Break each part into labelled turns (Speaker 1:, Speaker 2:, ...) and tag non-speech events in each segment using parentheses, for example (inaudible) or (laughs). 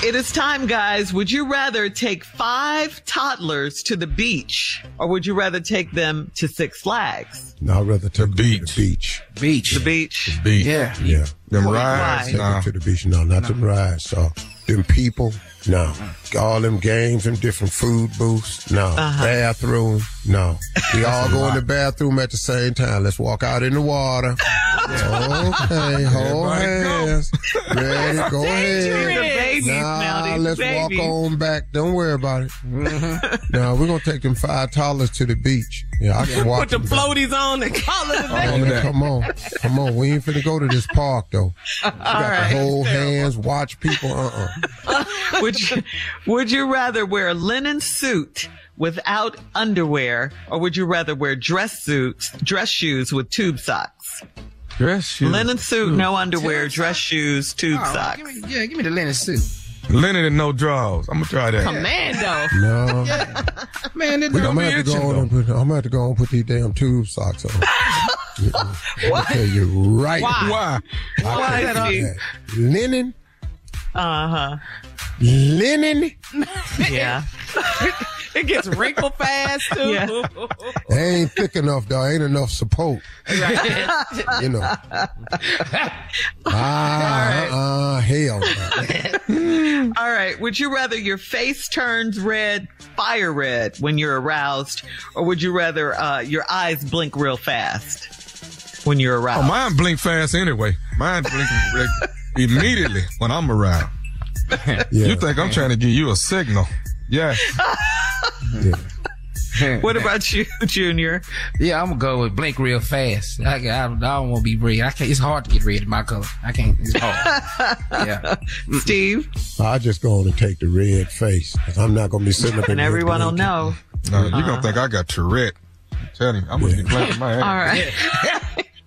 Speaker 1: It is time, guys. Would you rather take five toddlers to the beach or would you rather take them to Six Flags?
Speaker 2: No, I'd rather take the beach.
Speaker 3: the beach.
Speaker 1: Beach. The beach.
Speaker 3: The beach.
Speaker 2: Yeah. Yeah.
Speaker 3: Them Wait,
Speaker 4: Uh,
Speaker 3: rides.
Speaker 2: Take nah. them to the beach. No, not nah. them rides. So, them people. No. All them games and different food booths. No. Uh-huh. Bathroom. No. We all go in the bathroom at the same time. Let's walk out in the water. Yeah. Okay, hold hands. Go. Ready, go ahead. Nah, let's babies. walk on back. Don't worry about it. Mm-hmm. now we're gonna take them five toddlers to the beach. Yeah, I can walk.
Speaker 1: Put the floaties back. on and call it a
Speaker 2: day. come on, come on. We ain't finna go to this park though. You got right. to hold hands, watch people. Uh
Speaker 1: uh-uh. uh (laughs) would you, Would you rather wear a linen suit? without underwear, or would you rather wear dress suits, dress shoes with tube socks?
Speaker 3: Dress shoes.
Speaker 1: Linen suit, no underwear, tube dress shoes, tube oh, socks.
Speaker 4: Give me, yeah, give me the linen suit.
Speaker 3: Linen and no draws. I'm gonna try that.
Speaker 4: Commando.
Speaker 2: No.
Speaker 4: Yeah. Man, it
Speaker 2: Wait, I'm gonna have to go on and put, I'm gonna have to go and put these damn tube socks on. I tell you right.
Speaker 3: Why?
Speaker 2: Why? Why that that. Linen.
Speaker 1: Uh huh.
Speaker 2: Linen.
Speaker 1: Yeah.
Speaker 4: (laughs) it gets wrinkled fast too. Yeah. (laughs)
Speaker 2: It ain't thick enough, though. Ain't enough support.
Speaker 4: Right.
Speaker 2: you know. Ah, right. uh, uh,
Speaker 1: hell. All right. Would you rather your face turns red, fire red, when you're aroused, or would you rather uh, your eyes blink real fast when you're aroused?
Speaker 3: Oh, mine blink fast anyway. Mine blink (laughs) immediately when I'm aroused. Yeah. You think I'm trying to give you a signal? Yes.
Speaker 1: yeah. What about you, (laughs) Junior?
Speaker 4: Yeah, I'm gonna go with blink real fast. I, I, I don't want to be red. I can't. It's hard to get red in my color. I can't. It's hard. yeah.
Speaker 1: Steve,
Speaker 2: (laughs) I just go on and take the red face. I'm not gonna be sitting up.
Speaker 1: And everyone will know.
Speaker 3: No, uh-huh. you're gonna think I got Tourette. I'm telling you, I'm gonna yeah. be blanking my head.
Speaker 1: All right.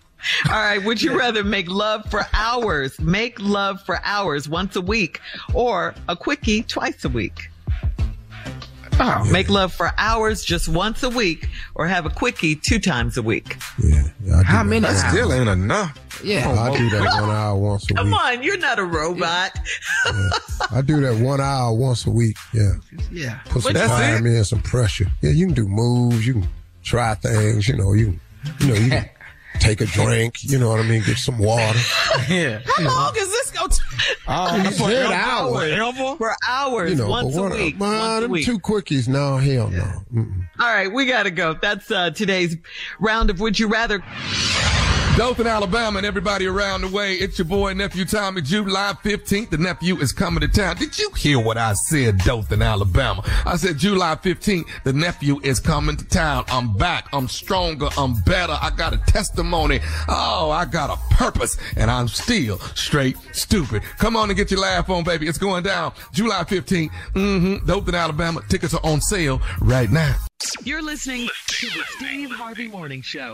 Speaker 1: (laughs) All right. Would you rather make love for hours, make love for hours once a week, or a quickie twice a week? Oh, Make love for hours just once a week or have a quickie two times a week.
Speaker 2: Yeah,
Speaker 1: How many
Speaker 3: That
Speaker 1: hours?
Speaker 3: still ain't enough.
Speaker 1: Yeah.
Speaker 2: I do that one hour once a
Speaker 1: Come
Speaker 2: week.
Speaker 1: on, you're not a robot.
Speaker 2: I do that one hour once a week. Yeah.
Speaker 1: Yeah.
Speaker 2: Put some
Speaker 1: That's
Speaker 2: time in, some pressure. Yeah, you can do moves. You can try things. You know, you you know you can
Speaker 1: (laughs)
Speaker 2: take a drink. You know what I mean? Get some water.
Speaker 4: Yeah.
Speaker 1: How long is this going to
Speaker 2: Oh, you said hour.
Speaker 1: (laughs) For hours,
Speaker 2: you know,
Speaker 1: once,
Speaker 2: but
Speaker 1: a
Speaker 2: one-
Speaker 1: week,
Speaker 2: Man,
Speaker 1: once a
Speaker 2: them
Speaker 1: week.
Speaker 2: two quickies. No, hell no. Mm-mm.
Speaker 1: All right, we got to go. That's uh, today's round of Would You Rather.
Speaker 3: Dothan, Alabama, and everybody around the way. It's your boy nephew Tommy July 15th. The nephew is coming to town. Did you hear what I said, Dothan, Alabama? I said July 15th. The nephew is coming to town. I'm back. I'm stronger. I'm better. I got a testimony. Oh, I got a purpose, and I'm still straight stupid. Come on and get your laugh on, baby. It's going down July 15th. Mm-hmm. Dothan, Alabama. Tickets are on sale right now.
Speaker 1: You're listening to the Steve Harvey Morning Show.